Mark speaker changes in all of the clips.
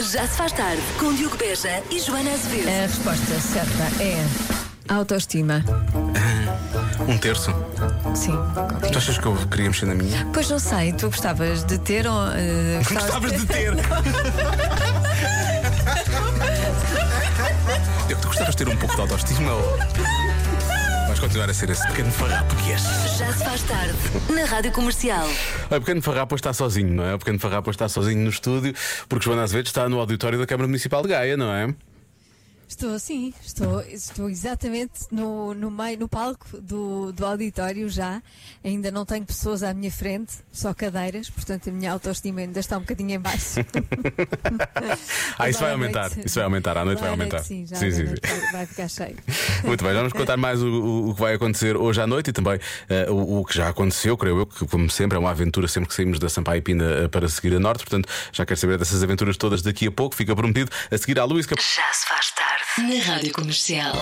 Speaker 1: Já se faz tarde com Diogo Beja e Joana Azevedo.
Speaker 2: A resposta certa é autoestima.
Speaker 3: Um terço?
Speaker 2: Sim.
Speaker 3: Tu achas que eu queria mexer na minha?
Speaker 2: Pois não sei, tu gostavas de ter ou. eh,
Speaker 3: Gostavas de ter! Eu- tu gostavas de ter um pouco de autoestima ou. Vais continuar a ser esse pequeno farrapo que és.
Speaker 1: Já se faz tarde na Rádio Comercial.
Speaker 3: O pequeno farrapo está sozinho, não é? O pequeno farrapo está sozinho no estúdio porque Joana Azevedo está no auditório da Câmara Municipal de Gaia, não é?
Speaker 4: Estou sim, estou, estou exatamente no, no meio, no palco do, do auditório já. Ainda não tenho pessoas à minha frente, só cadeiras, portanto a minha autoestima ainda está um bocadinho em baixo.
Speaker 3: Ah, isso vai
Speaker 4: Agora à noite-
Speaker 3: aumentar. Isso vai aumentar, à noite vai
Speaker 4: Agora à noite
Speaker 3: aumentar.
Speaker 4: Sim, já
Speaker 3: Sim,
Speaker 4: à
Speaker 3: sim,
Speaker 4: noite vai- vai ficar cheio.
Speaker 3: Muito bem, já vamos contar mais o, o- o que vai acontecer hoje à noite e também eh, o, o que já aconteceu, creio eu, que como sempre é uma aventura sempre que saímos da Sampaio e Pina eh, para seguir a norte, portanto já quero saber dessas aventuras todas daqui a pouco, fica prometido a seguir à Luís Cap...
Speaker 1: Já se faz tarde na Rádio Comercial.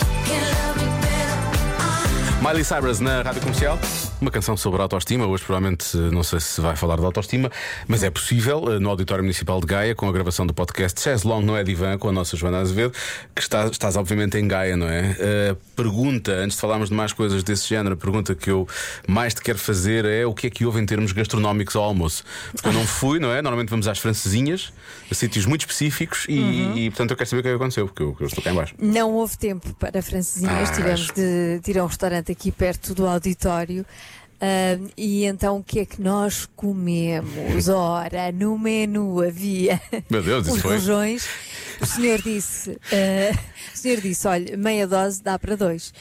Speaker 3: Miley Cyrus na Rádio Comercial, uma canção sobre autoestima, hoje provavelmente eh, não sei se vai falar de autoestima, mas é possível eh, no Auditório Municipal de Gaia com a gravação do podcast Chess Long não é divã com a nossa Joana Azevedo, que está- estás obviamente em Gaia, não é? Eh, pergunta, antes de falarmos de mais coisas desse género, a pergunta que eu mais te quero fazer é o que é que houve em termos gastronómicos ao almoço? Porque eu não fui, não é? Normalmente vamos às francesinhas, a sítios muito específicos e,
Speaker 4: Uhum.
Speaker 3: e, portanto eu quero saber o que é que aconteceu, porque eu, eu estou cá em baixo.
Speaker 4: Não houve tempo para francesinhas,
Speaker 3: Ah,
Speaker 4: tivemos
Speaker 3: acho.
Speaker 4: de, de ir a um restaurante aqui perto do auditório. Ahm, e então o que é que nós comemos? Ora, no menu havia
Speaker 3: Meu Deus, isso
Speaker 4: os
Speaker 3: foi-
Speaker 4: rojões. O senhor disse, ah, o senhor disse, olha, meia dose dá para dois.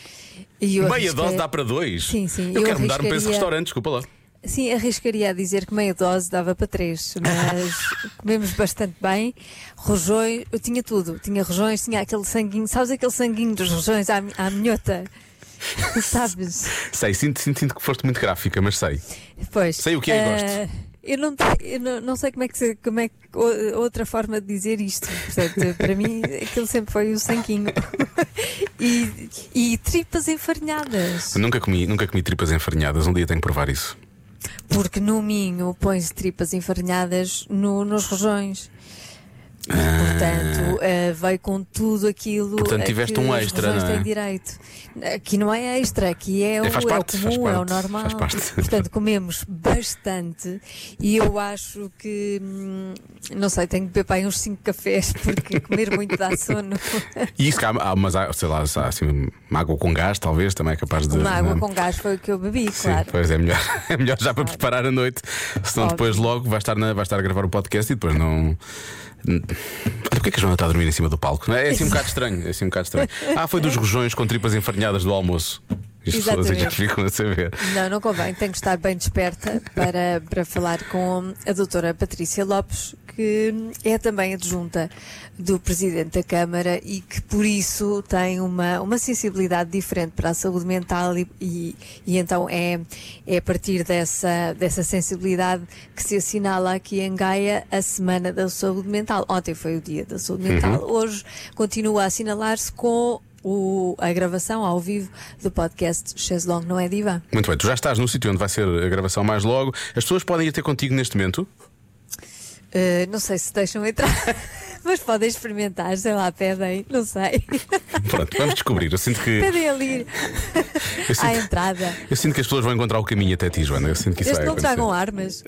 Speaker 4: E eu
Speaker 3: Meia dose
Speaker 4: arrisquei-
Speaker 3: dá para dois?
Speaker 4: É. Sim, sim,
Speaker 3: Eu,
Speaker 4: eu
Speaker 3: quero mudar-me para esse
Speaker 4: arriscaria-
Speaker 3: restaurante, desculpa lá.
Speaker 4: Sim, arriscaria a dizer que meia dose dava para três, mas comemos bastante bem. Rojões, eu tinha tudo. Tinha rojões, tinha aquele sanguinho, sabes aquele sanguinho dos rojões à, mi- à minhota? sabes?
Speaker 3: Sei, sinto, sinto, sinto que foste muito gráfica, mas sei.
Speaker 4: Pois.
Speaker 3: Sei o que é e
Speaker 4: eh, Eu, não, te- eu não, não sei como é que, se- como é que o- outra forma de dizer isto. Portanto, para mim, aquilo sempre foi o sanguinho. e, e tripas enfarinhadas.
Speaker 3: Nunca comi, nunca comi tripas enfarinhadas, um dia tenho que provar isso.
Speaker 4: Porque no Minho põe-se tripas enfarinhadas no- nos rojões. E, portanto, eh, veio com tudo aquilo.
Speaker 3: Ah. Portanto,
Speaker 4: a
Speaker 3: tiveste
Speaker 4: que
Speaker 3: um
Speaker 4: os
Speaker 3: extra,
Speaker 4: rojões
Speaker 3: não é?
Speaker 4: têm direito. Aqui não é extra, aqui é, o,
Speaker 3: faz parte,
Speaker 4: é o
Speaker 3: faz
Speaker 4: comum, é o
Speaker 3: parte,
Speaker 4: normal.
Speaker 3: faz parte.
Speaker 4: Portanto, comemos bastante e eu acho que, hum, não sei, tenho que beber para aí uns 5 cafés, porque comer muito dá sono.
Speaker 3: E isso que há, há umas, sei lá, há, assim, uma água com gás, talvez, também é capaz de.
Speaker 4: Uma água
Speaker 3: não?
Speaker 4: com gás foi o que eu bebi,
Speaker 3: Sim,
Speaker 4: claro.
Speaker 3: pois é melhor, é melhor já para preparar a noite, senão
Speaker 4: Óbvio.
Speaker 3: depois logo vai estar, na, vai estar a gravar o podcast e depois não. Olha, Porquê que a Joana está a dormir em cima do palco? É assim um bocado estranho. É assim um bocado estranho. Ah, foi dos rojões com tripas enfarinhadas do almoço. As pessoas aqui
Speaker 4: Exatamente.
Speaker 3: ficam a saber.
Speaker 4: Não, não convém. Tenho que estar bem desperta para, para falar com a doutora Patrícia Lopes, que é também adjunta do Presidente da Câmara e que, por isso, tem uma, uma sensibilidade diferente para a saúde mental e, e, e então é, é a partir dessa, dessa sensibilidade que se assinala aqui em Gaia a Semana da Saúde Mental. Ontem foi o Dia da Saúde Mental, hoje continua a assinalar-se com o- a gravação ao vivo do podcast Chaise Long Não É Diva.
Speaker 3: Muito bem, tu já estás no sítio onde vai ser a gravação mais logo. As pessoas podem ir ter contigo neste momento.
Speaker 4: Eh, não sei se deixam entrar, mas podem experimentar, sei lá, pedem, não sei.
Speaker 3: Pronto, vamos descobrir. Eu sinto que,
Speaker 4: Pedem ali
Speaker 3: eu sinto,
Speaker 4: à entrada.
Speaker 3: eu sinto que as pessoas vão encontrar o caminho até ti, Joana. Eu sinto que isso
Speaker 4: Desde
Speaker 3: vai
Speaker 4: que não
Speaker 3: acontecer.
Speaker 4: tragam armas.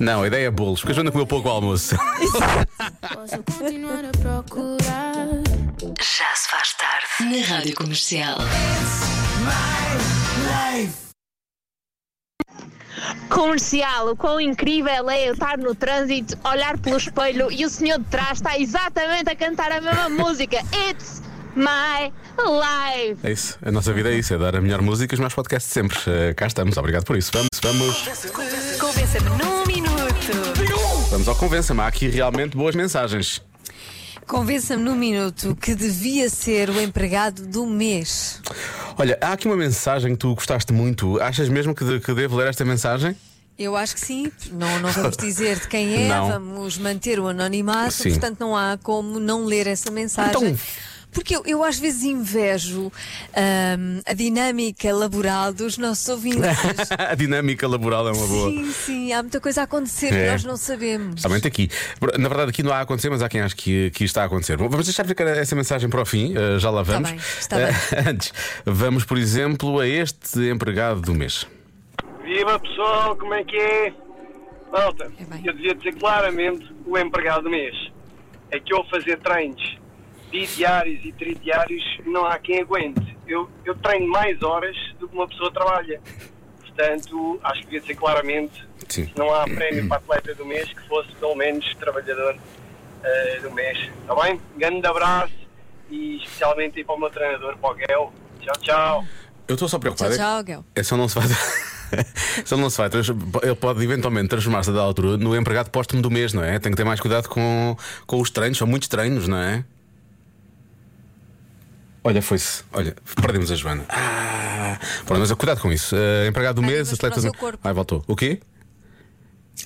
Speaker 3: Não, a ideia é bolos, porque a Joana comeu pouco ao almoço.
Speaker 5: Posso continuar a procurar.
Speaker 1: Já se faz tarde na Rádio Comercial.
Speaker 6: Comercial, o quão incrível é eu estar no trânsito, olhar pelo espelho e o senhor de trás está exatamente a cantar a mesma música. It's my life!
Speaker 3: É isso, a nossa vida é isso, é dar a melhor música e os mais podcasts de sempre. Eh, cá estamos, obrigado por isso. Vamos, vamos,
Speaker 1: Convença-me num minuto.
Speaker 3: vamos ao convença-me. Há aqui realmente boas mensagens.
Speaker 4: Convença-me num minuto que devia ser o empregado do mês.
Speaker 3: Olha, há aqui uma mensagem que tu gostaste muito. Achas mesmo que, de- que devo ler esta mensagem?
Speaker 4: Eu acho que sim, não, não vamos dizer de quem é,
Speaker 3: Não.
Speaker 4: vamos manter o anonimato,
Speaker 3: Sim.
Speaker 4: portanto não há como não ler essa mensagem.
Speaker 3: Então-
Speaker 4: Porque eu, eu às vezes invejo hum, a dinâmica laboral dos nossos ouvintes.
Speaker 3: a dinâmica laboral é uma boa.
Speaker 4: sim, sim, há muita coisa a acontecer
Speaker 3: É.
Speaker 4: que nós não sabemos.
Speaker 3: Somente aqui. Na verdade, aqui não há a acontecer, mas há quem acha que, que isto está a acontecer. Bom, vamos deixar ficar essa mensagem para o fim, eh, já lá vamos.
Speaker 4: Tá bem, está bem.
Speaker 3: Eh, Antes, vamos, por exemplo, a este empregado do mês.
Speaker 7: Viva pessoal, como é que é? Malta,
Speaker 4: É bem.
Speaker 7: eu devia dizer claramente o empregado do mês. É que eu fazer treinos bidiários e tridiários não há quem aguente. Eu, eu treino mais horas do que uma pessoa trabalha. Portanto, acho que devia dizer claramente
Speaker 3: Sim.
Speaker 7: que não há prémio para atleta do mês que fosse pelo menos trabalhador eh, do mês. Está bem? Grande abraço e especialmente aí para o meu treinador, para o Guel. Tchau, tchau.
Speaker 3: Eu estou só preocupado.
Speaker 4: Tchau,
Speaker 3: é que-
Speaker 4: tchau, Guel.
Speaker 3: É só não se vai. só não se vai. trans- Ele pode eventualmente transformar-se a dada altura no empregado póstumo do mês, não é? Tem que ter mais cuidado com, com os treinos, são muitos treinos, não é? Olha, foi-se. Olha, perdemos a Joana. Ah, pronto, mas cuidado com isso. Eh, empregado do
Speaker 4: Ai,
Speaker 3: mês,
Speaker 4: mas
Speaker 3: atleta
Speaker 4: para
Speaker 3: do
Speaker 4: o seu corpo.
Speaker 3: Ai, voltou. O quê?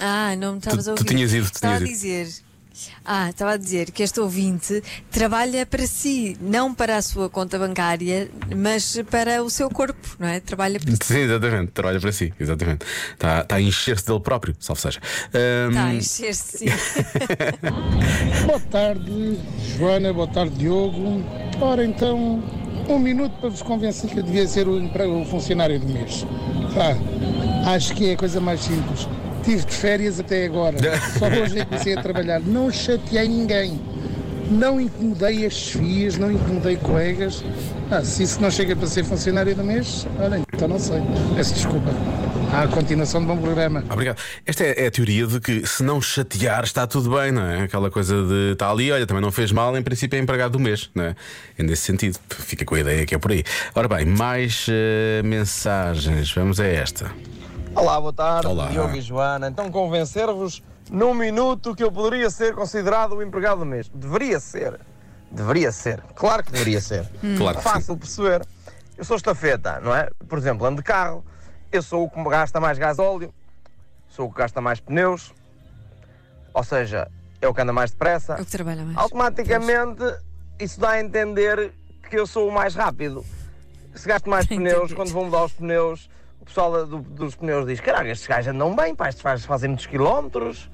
Speaker 4: Ah, não me estavas
Speaker 3: Tu-
Speaker 4: a
Speaker 3: tu
Speaker 4: ouvir.
Speaker 3: tinhas ido, tu
Speaker 4: estava
Speaker 3: tinhas
Speaker 4: a dizer. Ah, estava a dizer que este ouvinte trabalha para si, não para a sua conta bancária, mas para o seu corpo, não é? Trabalha para si.
Speaker 3: Sim, exatamente. Trabalha para si, exatamente. Está tá a encher-se dele próprio, salvo seja. Ahm,
Speaker 4: Está a encher-se. sim.
Speaker 8: Boa tarde, Joana, boa tarde, Diogo. Ora então, um minuto para vos convencer que eu devia ser o, emprego, o funcionário do mês. Tá. Acho que é a coisa mais simples. Tive de férias até agora. Só hoje é que comecei a trabalhar. Não chateei ninguém. Não incomodei as chefias, não incomodei colegas. Ah, se isso não chega para ser funcionário do mês, olha, então não sei. Peço desculpa. À continuação de um bom programa.
Speaker 3: Obrigado. Esta é, é a teoria de que se não chatear está tudo bem, não é? Aquela coisa de está ali, olha, também não fez mal, em princípio é empregado do mês, não é? É nesse sentido, fica com a ideia que é por aí. Ora bem, mais eh, mensagens, vamos a esta.
Speaker 9: Olá, boa tarde,
Speaker 3: Olá.
Speaker 9: Diogo e Joana. Então, convencer-vos num minuto que eu poderia ser considerado o empregado do mês. Deveria ser. Deveria ser. Claro que deveria ser.
Speaker 3: Hum. Claro que sim.
Speaker 9: Fácil de perceber. Eu sou estafeta, não é? Por exemplo, ando de carro, eu sou o que gasta mais gás óleo, sou o que gasta mais pneus, ou seja, é o que anda mais depressa.
Speaker 4: É o que trabalha mais.
Speaker 9: Automaticamente, isso dá a entender que eu sou o mais rápido. Se gasto mais pneus, quando vou mudar os pneus, o pessoal do- dos pneus diz: Caraca, estes gajos andam bem, pá, estes faz, fazem muitos quilómetros.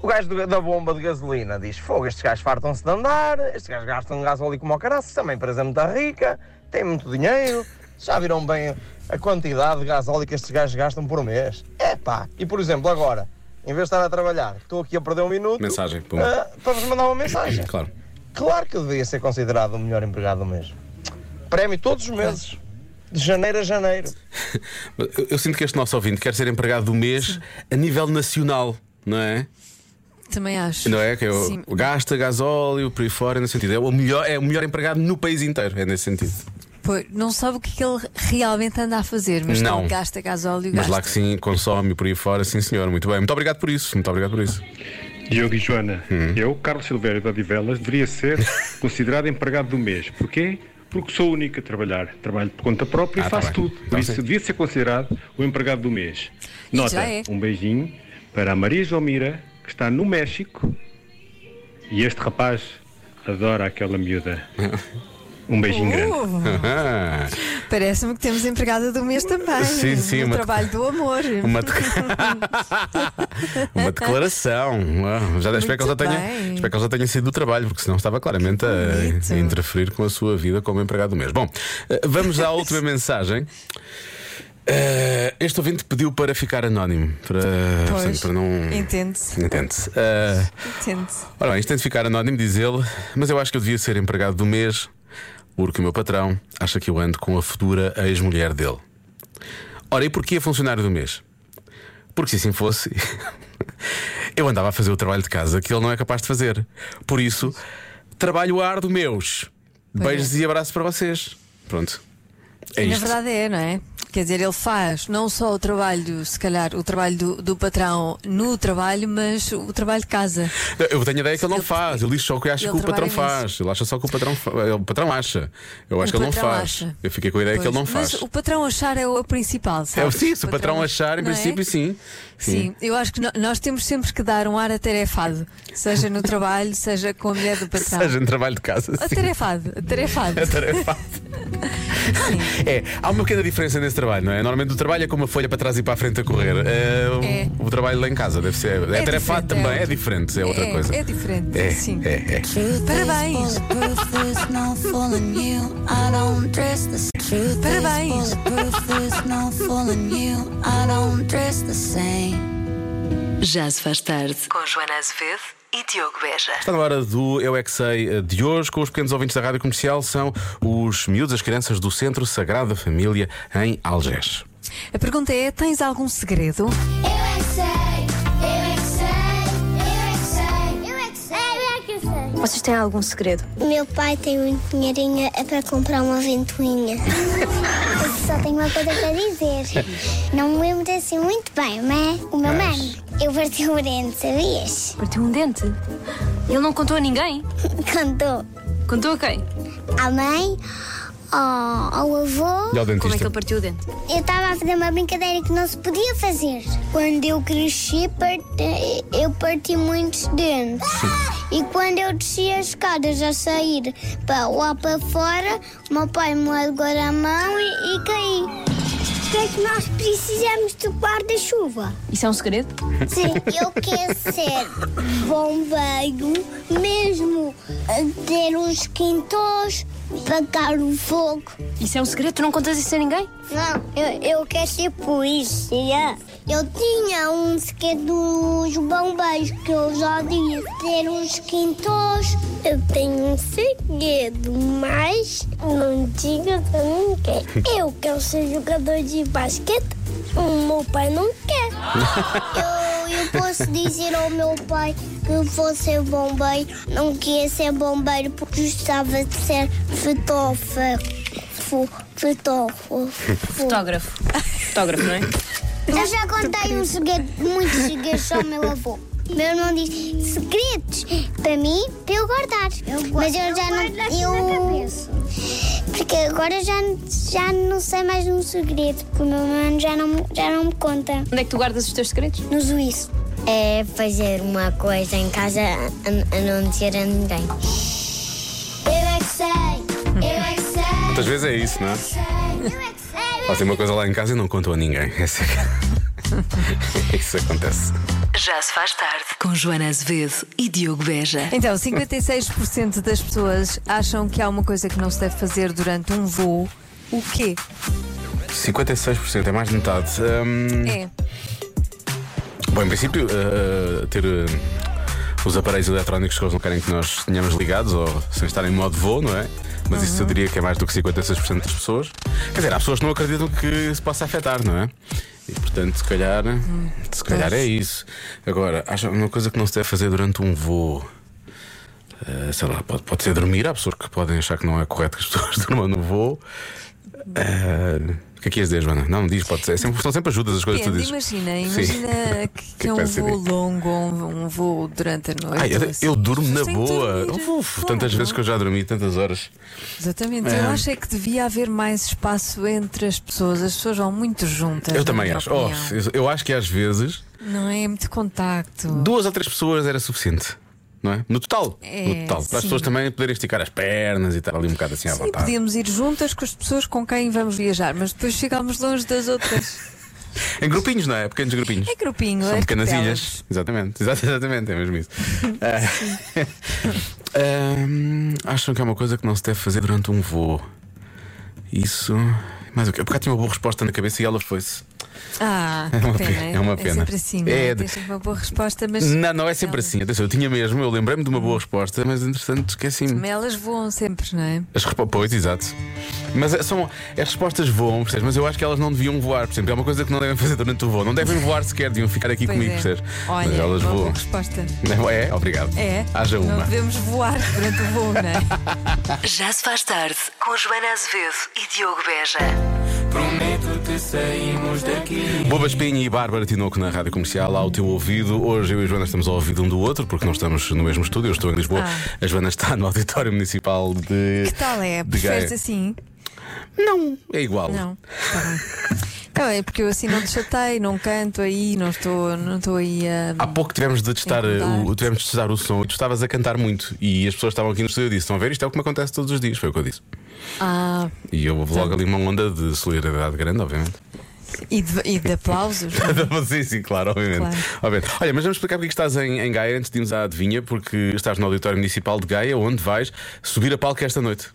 Speaker 9: O gajo do- da bomba de gasolina diz: Fogo, estes gajos fartam-se de andar, estes gajos gastam gás óleo como o caraças, também a empresa é muito rica, tem muito dinheiro. Já viram bem a quantidade de gás óleo que estes gajos gastam por mês? É pá! E por exemplo, agora, em vez de estar a trabalhar, estou aqui a perder um minuto.
Speaker 3: Mensagem, pum.
Speaker 9: ah, para vos mandar uma mensagem.
Speaker 3: Claro.
Speaker 9: Claro que eu devia ser considerado o melhor empregado do mês. Prémio todos os meses. De janeiro a janeiro.
Speaker 3: Eu, eu sinto que este nosso ouvinte quer ser empregado do mês a nível nacional, não é?
Speaker 4: Também acho.
Speaker 3: Não é? Que eu,
Speaker 4: Sim.
Speaker 3: gasta gasóleo por aí fora, nesse sentido. É o, melhor, é o melhor empregado no país inteiro, é nesse sentido.
Speaker 4: Pois, não sabe o que, é que ele realmente anda a fazer, mas
Speaker 3: Não.
Speaker 4: que ele gasta gasóleo,
Speaker 3: Mas
Speaker 4: gasta.
Speaker 3: lá que sim, consome por aí fora, sim senhor, muito bem. Muito obrigado por isso, muito obrigado por isso.
Speaker 10: Diogo e Joana,
Speaker 3: Hum.
Speaker 10: eu, Carlos Silveira da Divelas, deveria ser considerado empregado do mês. Porquê? Porque sou o único a trabalhar. Trabalho por conta própria
Speaker 3: Ah,
Speaker 10: e
Speaker 3: tá
Speaker 10: faço
Speaker 3: bem.
Speaker 10: tudo.
Speaker 3: Tá
Speaker 10: Por isso,
Speaker 3: certo.
Speaker 10: devia ser considerado o empregado do mês.
Speaker 4: E
Speaker 10: Nota,
Speaker 4: já é.
Speaker 10: um beijinho para a Maria Jomira, que está no México. E este rapaz adora aquela miúda. Um beijinho grande.
Speaker 4: Uh,
Speaker 3: Ah.
Speaker 4: Parece-me que temos empregada do mês também.
Speaker 3: Sim, sim,
Speaker 4: Um
Speaker 3: uma-
Speaker 4: trabalho do amor.
Speaker 3: Uma, de- Uma declaração. Uau, Já espero que, ele já
Speaker 4: Muito
Speaker 3: tenha,
Speaker 4: bem.
Speaker 3: espero que ele já tenha sido do trabalho, porque senão estava claramente a,
Speaker 4: Bonito.
Speaker 3: a interferir com a sua vida como empregado do mês. Bom, eh, vamos à última mensagem. Eh, Este ouvinte pediu para ficar anónimo, para, portanto,
Speaker 4: Pois.
Speaker 3: para não.
Speaker 4: Entende-se,
Speaker 3: Entende-se. Eh,
Speaker 4: entende-se.
Speaker 3: Ora bem, isto tem de ficar anónimo, diz ele, mas eu acho que eu devia ser empregado do mês, porque o meu patrão acha que eu ando com a futura ex-mulher dele. Ora, e porquê funcionário do mês? Porque se assim fosse, eu andava a fazer o trabalho de casa que ele não é capaz de fazer. Por isso, trabalho árduo meus. Beijos e abraços para vocês. Pronto. É
Speaker 4: Na
Speaker 3: isto.
Speaker 4: verdade é, não é? Quer dizer, ele faz não só o trabalho, se calhar, o trabalho do, do patrão no trabalho, mas o trabalho de casa.
Speaker 3: Não, Eu tenho a ideia que ele não faz, ele diz só o que acha
Speaker 4: ele
Speaker 3: que o patrão
Speaker 4: trabalha
Speaker 3: faz. Ele acha só que o patrão, fa- o patrão acha. Eu acho
Speaker 4: O
Speaker 3: que ele não
Speaker 4: patrão
Speaker 3: faz.
Speaker 4: acha.
Speaker 3: Eu fiquei com a ideia É que ele não
Speaker 4: Pois,
Speaker 3: faz.
Speaker 4: Mas o patrão achar é o principal,
Speaker 3: É
Speaker 4: sabe?
Speaker 3: o sim, se o patrão achar, em
Speaker 4: não é?
Speaker 3: princípio, sim.
Speaker 4: Sim, eu acho que no- nós temos sempre que dar um ar atarefado, seja no trabalho, seja com a mulher do patrão.
Speaker 3: Seja no trabalho de casa. sim.
Speaker 4: Atarefado, atarefado.
Speaker 3: É tarefado. É, há uma pequena diferença nesse trabalho, não é? Normalmente o trabalho é com uma folha para trás e para a frente a correr. É, o-
Speaker 4: É.
Speaker 3: O trabalho lá em casa deve ser. É,
Speaker 4: É diferente,
Speaker 3: tarefado também,
Speaker 4: é
Speaker 3: é diferente, é outra
Speaker 4: é,
Speaker 3: coisa.
Speaker 4: É diferente,
Speaker 3: É,
Speaker 4: sim.
Speaker 3: é, é.
Speaker 4: Parabéns. Parabéns.
Speaker 1: Já se faz tarde. Com Joana Azevedo e Diogo Beja.
Speaker 3: Está na hora do Eu É Que Sei eh, de hoje, com os pequenos ouvintes da Rádio Comercial, são os miúdos, as crianças do Centro Sagrada Família em Algés.
Speaker 4: A pergunta é: tens algum segredo?
Speaker 5: Vocês têm algum segredo?
Speaker 11: Meu pai tem muito dinheirinho é para comprar uma ventoinha. Eu só tenho uma coisa para dizer. Não me lembro assim muito bem, mas o meu
Speaker 3: Mas-
Speaker 11: mano, eu parti o orelha, sabias?
Speaker 5: Partiu um dente. Ele não contou a ninguém.
Speaker 11: Cantou
Speaker 5: Contou a quem?
Speaker 11: à mãe, ao, ao avô.
Speaker 3: E
Speaker 5: Como é
Speaker 3: ao
Speaker 5: que
Speaker 3: dentista.
Speaker 5: ele partiu o dente?
Speaker 11: Eu estava a fazer uma brincadeira que não se podia fazer. Quando eu cresci, parte- eu parti muitos dentes. E quando eu desci as escadas a sair para lá para fora, o meu pai me largou a mão e, e caí. O que é que nós precisamos do guarda-chuva?
Speaker 5: Isso é um segredo?
Speaker 11: Sim, eu quero ser bombeiro, mesmo a ter os quintos, pagar o fogo.
Speaker 5: Isso é um segredo? Tu não contas isso a ninguém?
Speaker 11: Não, eu, eu quero ser polícia. Eu tinha um segredo dos bombeiros que eu já disse. Ter uns quintos. Eu tenho um segredo, mas não digas a ninguém. Eu quero ser jogador de basquete. O meu pai não quer. eu, eu posso dizer ao meu pai que vou ser bombeiro. Não queria ser bombeiro porque gostava de ser fotógrafo. Fotógrafo.
Speaker 5: Fotógrafo. Fotógrafo, não é?
Speaker 11: Eu já contei um segredo, muitos segredos ao meu avô. Meu irmão diz segredos para mim, para eu guardar. Mas eu já não. Eu. Porque agora já, já não sei mais um segredo, porque o meu mano já não, já não me conta.
Speaker 5: Onde é que tu guardas os teus segredos?
Speaker 11: No juízo. É fazer uma coisa em casa a, não dizer a ninguém. Eu é que sei, eu é que sei.
Speaker 3: Muitas vezes é isso, não é?
Speaker 11: Eu é que sei, eu é que
Speaker 3: Fazem uma coisa lá em casa e não contam a ninguém. Essa é que- isso acontece.
Speaker 1: Já se faz tarde. Com Joana Azevedo e Diogo Beja.
Speaker 4: Então, 56% das pessoas acham que há uma coisa que não se deve fazer durante um voo. O quê?
Speaker 3: 56% é mais de metade. Hum,
Speaker 4: É.
Speaker 3: Bom, em princípio, eh, eh, ter eh, os aparelhos eletrónicos que eles não querem que nós tenhamos ligados ou sem estar em modo voo, não é? Mas isso eu
Speaker 4: Uhum.
Speaker 3: diria que é mais do que 56% das pessoas. Quer dizer, há pessoas que não acreditam que se possa afetar, não é? E portanto, se calhar,
Speaker 4: Hum,
Speaker 3: se calhar é isso. Agora, acho uma coisa que não se deve fazer durante um voo. Eh, sei lá, pode, pode ser dormir. Há pessoas que podem achar que não é correto que as pessoas durmam no voo. Eh, o que é que ias dizer, Joana? Não, diz, pode ser. É Sempre, são sempre ajudas as coisas que tu
Speaker 4: Depende,
Speaker 3: dizes.
Speaker 4: imagina,
Speaker 3: Sim.
Speaker 4: imagina que, que é
Speaker 3: vai
Speaker 4: um
Speaker 3: ser
Speaker 4: voo
Speaker 3: dito?
Speaker 4: longo, um, um voo durante a noite.
Speaker 3: Ai, Ah, eu,
Speaker 4: ou assim.
Speaker 3: eu durmo na
Speaker 4: Sem
Speaker 3: boa.
Speaker 4: dormir,
Speaker 3: Uf,
Speaker 4: claro.
Speaker 3: tantas vezes que eu já dormi, tantas horas.
Speaker 4: Exatamente, eu acho é que devia haver mais espaço entre as pessoas. As pessoas vão muito juntas.
Speaker 3: eu
Speaker 4: na
Speaker 3: também
Speaker 4: minha
Speaker 3: acho. Oh,
Speaker 4: opinião.
Speaker 3: eu- eu acho que às vezes
Speaker 4: Não é muito contacto.
Speaker 3: duas ou três pessoas era suficiente. Não é? No total.
Speaker 4: É,
Speaker 3: no total. Para
Speaker 4: sim.
Speaker 3: as pessoas também poderem esticar as pernas e estar ali um bocado assim à
Speaker 4: Sim,
Speaker 3: vontade.
Speaker 4: podíamos ir juntas com as pessoas com quem vamos viajar, mas depois ficámos longe das outras.
Speaker 3: Em grupinhos, não é? Pequenos grupinhos.
Speaker 4: É grupinho,
Speaker 3: São
Speaker 4: é
Speaker 3: pequenas
Speaker 4: arquipelas.
Speaker 3: ilhas. Exatamente. Exa- Exatamente, é mesmo isso. Ah, Ahm, acham que é uma coisa que não se deve fazer durante um voo. Isso. Mais o quê? Porque eu tinha uma boa resposta na cabeça e ela foi-se.
Speaker 4: Ah,
Speaker 3: É uma
Speaker 4: que pena.
Speaker 3: pena, é uma
Speaker 4: É
Speaker 3: pena.
Speaker 4: sempre assim, não
Speaker 3: É
Speaker 4: é?
Speaker 3: de-
Speaker 4: Tens sempre uma boa resposta, mas.
Speaker 3: Não, não é sempre
Speaker 4: elas-
Speaker 3: assim. Atenção, eu tinha mesmo, eu lembrei-me de uma boa resposta, mas entretanto esqueci-me.
Speaker 4: mas Elas voam sempre, não é?
Speaker 3: As respo- pois, exato. Mas é, são, as respostas voam, percebes? Mas eu acho que elas não deviam voar, por exemplo. É uma coisa que não devem fazer durante o voo. Não devem voar sequer, deviam ficar aqui comigo, percebes?
Speaker 4: é. Olha,
Speaker 3: mas elas
Speaker 4: uma boa
Speaker 3: voam.
Speaker 4: resposta.
Speaker 3: Não é? Obrigado.
Speaker 4: É.
Speaker 3: Haja
Speaker 4: Não
Speaker 3: uma.
Speaker 4: devemos voar durante o voo, não é?
Speaker 1: Já se faz tarde. Com Joana Azevedo e Diogo Beja.
Speaker 3: Prometo-te
Speaker 12: saímos daqui.
Speaker 3: Boba Espinha e Bárbara Tinoco na Rádio Comercial, ao teu ouvido. Hoje eu e a Joana estamos ao ouvido um do outro, porque não estamos no mesmo estúdio, eu estou em Lisboa.
Speaker 4: Ah.
Speaker 3: A Joana está no Auditório Municipal de.
Speaker 4: Que tal é?
Speaker 3: de Gaia.
Speaker 4: Preferes assim?
Speaker 3: Não. É igual.
Speaker 4: Não. Tá bem. Tá bem, porque eu assim não te chatei, não canto aí, não estou, não estou aí a.
Speaker 3: Há pouco tivemos de testar,
Speaker 4: Tem que mudar.
Speaker 3: o, tivemos de testar o som e tu estavas a cantar muito e as pessoas estavam aqui no estúdio e disse: Estão a ver? Isto é o que me acontece todos os dias, foi o que eu disse.
Speaker 4: Ah,
Speaker 3: E eu houve logo ali uma onda de solidariedade grande, obviamente. Então,
Speaker 4: e, de, e de aplausos.
Speaker 3: sim, sim, claro, obviamente.
Speaker 4: Claro.
Speaker 3: Obviamente. Olha, mas vamos explicar porque é que estás em, em Gaia antes de irmos à adivinha, porque estás no Auditório Municipal de Gaia, onde vais subir a palco esta noite.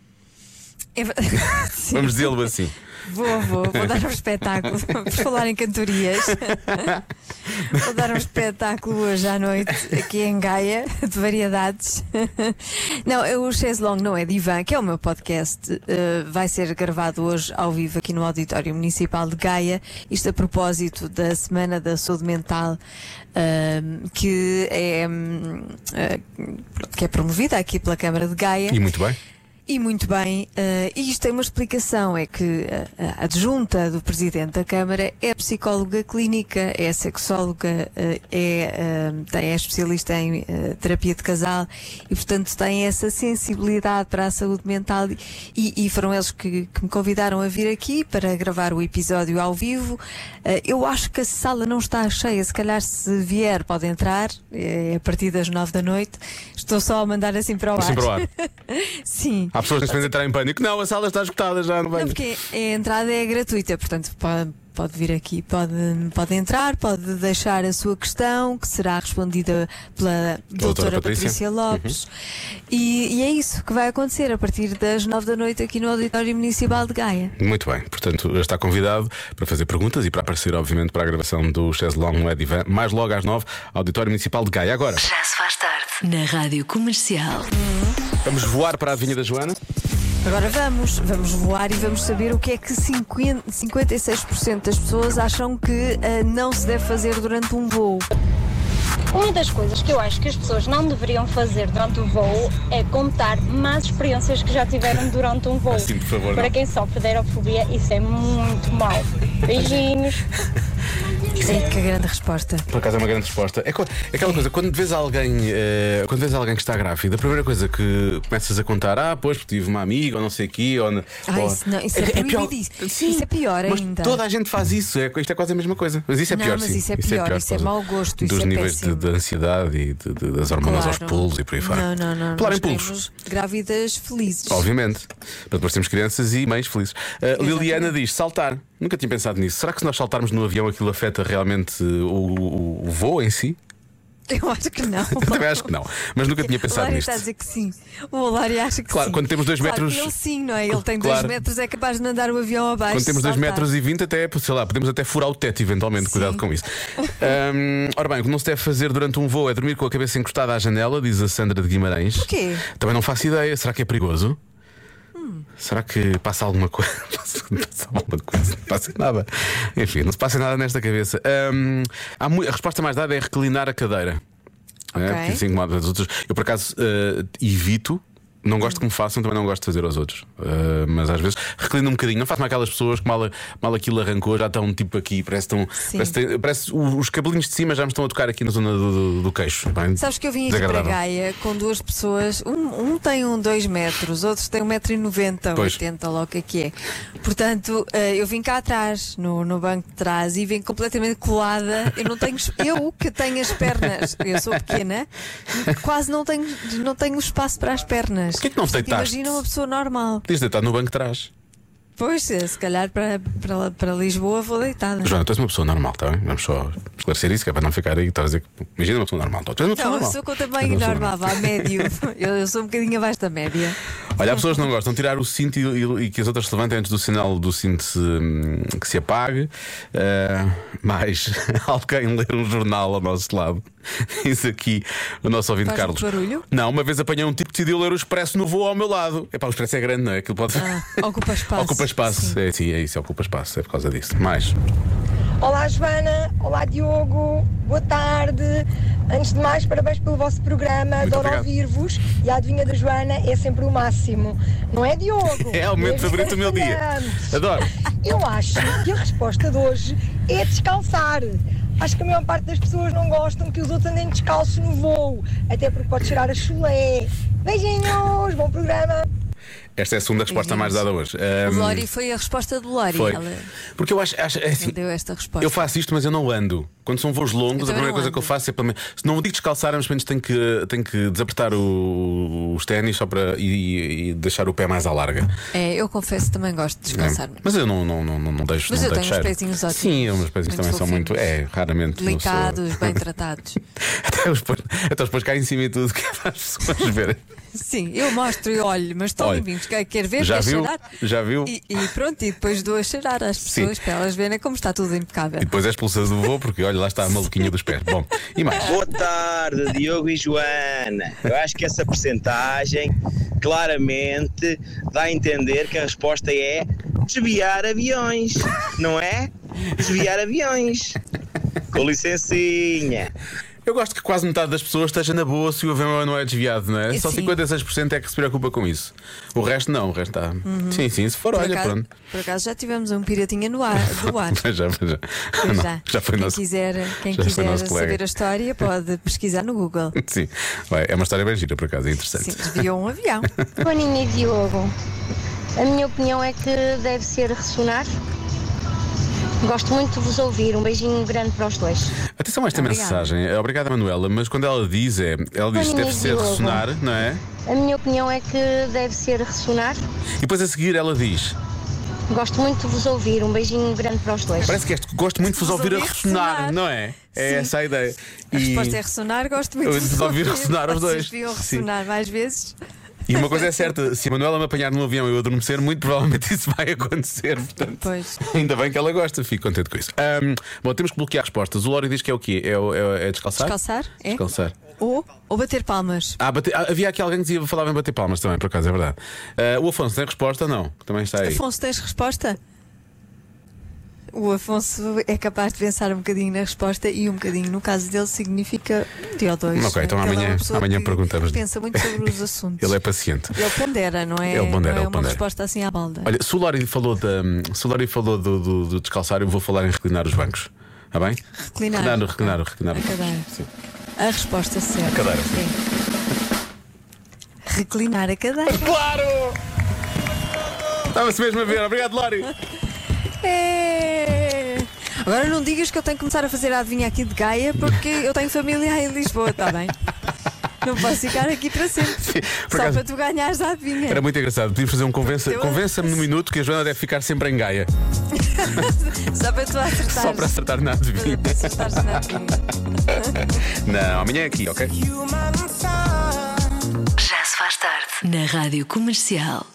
Speaker 4: É ver- Sim.
Speaker 3: Vamos dizê-lo assim.
Speaker 4: Vou, vou, vou dar um espetáculo. Por falar em cantorias, vou dar um espetáculo hoje à noite aqui em Gaia, de variedades. Não, eu- o Chaise Long não é divã, que é o meu podcast. eh, vai ser gravado hoje ao vivo aqui no Auditório Municipal de Gaia. Isto a propósito da Semana da Saúde Mental, ahm, que, é, hum, eh, que é promovida aqui pela Câmara de Gaia.
Speaker 3: E muito bem.
Speaker 4: E muito bem, eh, e isto tem uma explicação: é que eh, a adjunta do Presidente da Câmara é psicóloga clínica, é sexóloga, eh, é, eh, tem- é especialista em eh, terapia de casal e, portanto, tem essa sensibilidade para a saúde mental. E, e foram eles que, que me convidaram a vir aqui para gravar o episódio ao vivo. Eh, eu acho que a sala não está cheia, se calhar, se vier, pode entrar, eh, a partir das nove da noite. Estou só a mandar assim para o
Speaker 3: Assim
Speaker 4: ar.
Speaker 3: para o ar.
Speaker 4: Sim.
Speaker 3: Há pessoas que neste momento entrar em pânico. Não, a sala está esgotada já, não vai.
Speaker 4: Não, porque a entrada é gratuita, portanto pode, pode vir aqui, pode, pode entrar, pode deixar a sua questão, que será respondida pela doutora, Patrícia.
Speaker 3: Uhum.
Speaker 4: Lopes. E, e é isso que vai acontecer a partir das nove da noite aqui no Auditório Municipal de Gaia.
Speaker 3: Muito bem, portanto está convidado para fazer perguntas e para aparecer, obviamente, para a gravação do Chess Long no Edivan, mais logo às 9, Auditório Municipal de Gaia. Agora,
Speaker 1: Já se faz tarde. Na Rádio Comercial.
Speaker 3: vamos voar para a Avenida da Joana.
Speaker 4: Agora vamos, vamos voar e vamos saber o que é que 50, 56% das pessoas acham que ah, não se deve fazer durante um voo.
Speaker 13: Uma das coisas que eu acho que as pessoas não deveriam fazer durante o voo é contar más experiências que já tiveram durante um voo.
Speaker 3: Assim, por favor,
Speaker 13: Para
Speaker 3: não.
Speaker 13: quem sofre de aerofobia, isso é muito mau. Beijinhos.
Speaker 4: É que a grande resposta.
Speaker 3: Por acaso é uma grande resposta. É, co- é aquela coisa, quando vês alguém, eh, quando vês alguém que está grávida, a primeira coisa que começas a contar, ah, pois, porque tive uma amiga, ou não sei o quê, ou. na-
Speaker 4: Ah,
Speaker 3: ou-
Speaker 4: isso, não, isso é,
Speaker 3: É- é pior.
Speaker 4: proibidíssimo. Isso é pior
Speaker 3: Mas
Speaker 4: ainda.
Speaker 3: toda a gente faz isso, é, isto é quase a mesma coisa. Mas isso é
Speaker 4: Não,
Speaker 3: pior,
Speaker 4: mas
Speaker 3: sim.
Speaker 4: isso é pior,
Speaker 3: por
Speaker 4: isso é
Speaker 3: causa
Speaker 4: mau gosto, isso
Speaker 3: Dos
Speaker 4: é
Speaker 3: níveis de,
Speaker 4: péssimo.
Speaker 3: de ansiedade e de- de- das hormonas aos
Speaker 4: Claro.
Speaker 3: pulos e por aí
Speaker 4: Não,
Speaker 3: fora.
Speaker 4: não, não.
Speaker 3: Falar
Speaker 4: nós
Speaker 3: em pulos.
Speaker 4: queremos Grávidas felizes.
Speaker 3: Obviamente. Mas depois temos crianças e mães felizes. Ah, Liliana diz: saltar. Nunca tinha pensado nisso. Será que se nós saltarmos no avião aquilo afeta realmente eh, o, o- o voo em si?
Speaker 4: Eu acho que não.
Speaker 3: Eu também acho que não. Mas nunca tinha
Speaker 4: o
Speaker 3: pensado
Speaker 4: Lória
Speaker 3: nisto.
Speaker 4: está a dizer que sim. O Lória acha que
Speaker 3: Claro,
Speaker 4: sim.
Speaker 3: quando temos dois
Speaker 4: Claro,
Speaker 3: metros-
Speaker 4: Ele sim, não é? Ele tem
Speaker 3: Claro.
Speaker 4: dois metros, é capaz de mandar o avião abaixo.
Speaker 3: Quando temos 2
Speaker 4: saltar.
Speaker 3: metros e 20, até, é, sei lá, podemos até furar o teto, eventualmente, cuidado com isso. Ahm, ora bem, o que não se deve fazer durante um voo é dormir com a cabeça encostada à janela, diz a Sandra de Guimarães.
Speaker 4: Porquê?
Speaker 3: Também não faço ideia. Será que é perigoso? Será que passa alguma coisa? Passa- passa alguma coisa? Não passa nada. Enfim, não se passa nada nesta cabeça. Ahm, há mui- a resposta mais dada é reclinar a cadeira. Né?
Speaker 4: Ok.
Speaker 3: Porque isso incomoda os outros. Eu, por acaso, eh, evito. Não gosto que me façam, também não gosto de fazer aos outros. Eh, mas às vezes reclino um bocadinho. Não faço-me aquelas pessoas que mal, mal aquilo arrancou, já estão tipo aqui, parece, que estão,
Speaker 4: Sim.
Speaker 3: parece, que têm- parece que os cabelinhos de cima já me estão a tocar aqui na zona do, do- do queixo. tá Bem,
Speaker 4: Sabes que eu vim aqui para
Speaker 3: desagradável.
Speaker 4: Gaia com duas pessoas, um, um tem um 2 metros, outros um têm 1,90m,
Speaker 3: Pois.
Speaker 4: 80 logo que é que é. Portanto, eh, eu vim cá atrás, no, no banco de trás, e vim completamente colada. Eu não tenho es- eu que tenho as pernas, eu sou pequena, quase não tenho, não tenho espaço para as pernas.
Speaker 3: Porquê que não
Speaker 4: Portanto,
Speaker 3: deitaste?
Speaker 4: Imagina uma pessoa normal.
Speaker 3: Tens de estar no banco de trás.
Speaker 4: Pois, eh, se calhar para, para, lá- para Lisboa vou deitada.
Speaker 3: Joana, tu és uma pessoa normal, está bem? Vamos só esclarecer isso, que é para não ficar aí. Estás a dizer que. Imagina uma pessoa normal. Tu és uma pessoa
Speaker 4: Não, eu
Speaker 3: normal.
Speaker 4: sou com
Speaker 3: Tu és
Speaker 4: tamanho
Speaker 3: uma pessoa
Speaker 4: normal, vá, médio. Eu, eu sou um bocadinho abaixo da média.
Speaker 3: Olha, há pessoas que não gostam de tirar o cinto e, e- e que as outras se levantem antes do sinal do cinto se, hum, que se apague. Ah, mas alguém ler um jornal ao nosso lado. Diz aqui o nosso ouvinte
Speaker 4: Faz muito
Speaker 3: Carlos.
Speaker 4: barulho?
Speaker 3: Não, uma vez apanhei um tipo que decidiu ler o expresso no voo ao meu lado. Epá, o expresso é grande, não é? Aquilo pode.
Speaker 4: Ah, ocupa espaço.
Speaker 3: Ocupa espaço, é, sim, é isso, ocupa espaço, é por causa disso. Mais.
Speaker 13: Olá, Joana. Olá, Diogo. Boa tarde. Antes de mais, parabéns pelo vosso programa.
Speaker 3: Muito
Speaker 13: Adoro
Speaker 3: obrigado.
Speaker 13: ouvir-vos. E a adivinha da Joana é sempre o máximo. Não é, Diogo?
Speaker 3: É o momento
Speaker 13: Mesmo
Speaker 3: favorito do meu dia.
Speaker 13: fascinante.
Speaker 3: Adoro.
Speaker 13: Eu acho que a resposta de hoje é descalçar. Acho que a maior parte das pessoas não gostam que os outros andem descalços no voo. Até porque pode tirar a chulé. Beijinhos, bom programa.
Speaker 3: Esta é a segunda resposta mais dada hoje.
Speaker 4: O
Speaker 3: Ahm,
Speaker 4: Lori foi a resposta do Lori.
Speaker 3: foi.
Speaker 4: Ela
Speaker 3: Porque eu acho, acho é assim,
Speaker 4: não deu esta resposta.
Speaker 3: Eu faço isto, mas eu não ando. Quando são voos
Speaker 4: Eu
Speaker 3: longos, a
Speaker 4: também
Speaker 3: primeira
Speaker 4: não
Speaker 3: coisa que eu faço é pelo menos. Se não digo descalçar, mas pelo menos tenho que, tenho que desapertar o- os ténis só para e, e deixar o pé mais à larga.
Speaker 4: É, eu confesso que também gosto de descansar.
Speaker 3: É. Mas eu não, não, não, não, não deixo.
Speaker 4: Mas
Speaker 3: não
Speaker 4: eu
Speaker 3: deixo
Speaker 4: tenho uns
Speaker 3: cheiro.
Speaker 4: pezinhos ótimos.
Speaker 3: Sim, os meus pezinhos
Speaker 4: Muito
Speaker 3: também são muito. É, raramente. não sou-
Speaker 4: Delicados, bem tratados.
Speaker 3: até, os pôs, até os pôs cá em cima e tudo, que é para as pessoas verem.
Speaker 4: Sim, eu mostro e olho, mas estão
Speaker 3: Olha,
Speaker 4: limpinhos. Quer, quer ver?
Speaker 3: já
Speaker 4: quer
Speaker 3: viu?
Speaker 4: cheirar?
Speaker 3: Já viu?
Speaker 4: E, e pronto, e depois dou a cheirar às pessoas para elas verem como está tudo impecável.
Speaker 3: E depois é expulsado do voo, porque olha, lá está a maluquinha dos pés. Bom, e mais?
Speaker 9: Boa tarde, Diogo e Joana. Eu acho que essa percentagem claramente dá a entender que a resposta é desviar aviões, não é? Desviar aviões. Com licencinha.
Speaker 3: Eu gosto que quase metade das pessoas esteja na boa se o avião não é desviado, não é?
Speaker 9: É,
Speaker 3: Só
Speaker 9: sim.
Speaker 3: 56% é que se preocupa com isso. O resto não, o resto está.
Speaker 4: Uhum.
Speaker 3: Sim, sim, se for,
Speaker 4: por
Speaker 3: olha,
Speaker 4: acaso,
Speaker 3: pronto.
Speaker 4: Por acaso já tivemos um piratinha no ar, do ar.
Speaker 3: Mas já, mas já.
Speaker 4: Pois
Speaker 3: Não,
Speaker 4: já.
Speaker 3: já foi
Speaker 4: quem
Speaker 3: nosso.
Speaker 4: quiser, quem
Speaker 3: já foi
Speaker 4: quiser
Speaker 3: nosso colega.
Speaker 4: saber a história pode pesquisar no Google.
Speaker 3: Sim, Vai, é uma história bem gira, por acaso, é interessante.
Speaker 4: Desviou um avião.
Speaker 14: Joaninha e Diogo, a minha opinião é que deve ser ressonar. Gosto muito de vos ouvir. Um beijinho grande para os dois.
Speaker 3: Atenção a esta
Speaker 14: Obrigada.
Speaker 3: mensagem. É, Obrigada, Manuela, mas quando ela diz, é, ela diz que
Speaker 14: Olha,
Speaker 3: deve ser
Speaker 14: Diogo.
Speaker 3: ressonar, não é?
Speaker 14: A minha opinião é que deve ser ressonar.
Speaker 3: E depois a seguir ela diz:
Speaker 14: Gosto muito de vos ouvir. Um beijinho grande para os dois.
Speaker 3: Parece que este, gosto muito de vos ouvir a ressonar, não é? É
Speaker 4: Sim.
Speaker 3: essa a ideia.
Speaker 4: A
Speaker 3: E-
Speaker 4: resposta é ressonar, gosto muito
Speaker 3: Eu resolvi ressonar os dois.
Speaker 4: Vocês deviam
Speaker 3: Sim.
Speaker 4: ressonar mais vezes.
Speaker 3: E uma coisa é certa, se a Manuela me apanhar num avião e eu adormecer, muito provavelmente isso vai acontecer. Portanto,
Speaker 4: Pois.
Speaker 3: ainda bem que ela gosta, fico contente com isso. Ahm, bom, temos que bloquear respostas. O Lório diz que é o quê? É, o- é, é descalçar?
Speaker 4: Descalçar? É?
Speaker 3: Descalçar.
Speaker 4: Ou, ou bater palmas.
Speaker 3: Ah, bater- ah, havia aqui alguém que dizia, falava em bater palmas também, por acaso, é verdade. Ah, o Afonso tem resposta? Não, também está aí.
Speaker 4: Afonso, tens resposta? O Afonso é capaz de pensar um bocadinho na resposta e um bocadinho, no caso dele, significa um dia ou dois.
Speaker 3: Ok, então
Speaker 4: Ele é uma
Speaker 3: amanhã-
Speaker 4: pessoa
Speaker 3: amanhã
Speaker 4: que
Speaker 3: perguntamos.
Speaker 4: Pensa muito sobre os assuntos.
Speaker 3: Ele é paciente.
Speaker 4: Ele pondera, não é?
Speaker 3: Ele pondera,
Speaker 4: não é
Speaker 3: ele
Speaker 4: uma
Speaker 3: pondera.
Speaker 4: resposta assim à balda.
Speaker 3: Olha, se o Lório falou, da, se o Lório falou do, do- do descalçar, eu vou falar em reclinar os bancos. Está bem?
Speaker 4: Reclinar.
Speaker 3: Reclinar, reclinar, reclinar.
Speaker 4: A cadeira.
Speaker 3: Sim.
Speaker 4: A resposta certa.
Speaker 3: A cadeira, sim.
Speaker 4: É reclinar a cadeira.
Speaker 3: Claro! Estava-se mesmo a ver. Obrigado, Lório.
Speaker 4: É. Agora não digas que eu tenho que começar a fazer a adivinha aqui de Gaia porque eu tenho família em Lisboa, está bem? Não posso ficar aqui para sempre. Só
Speaker 3: acaso-
Speaker 4: para tu ganhares a adivinha.
Speaker 3: Era muito engraçado. Podíamos fazer um convença- convença-me no minuto que a Joana deve ficar sempre em Gaia.
Speaker 4: Só para tu acertares.
Speaker 3: Só para acertar na adivinha. Não, amanhã é aqui, ok?
Speaker 1: Já se faz tarde na Rádio Comercial.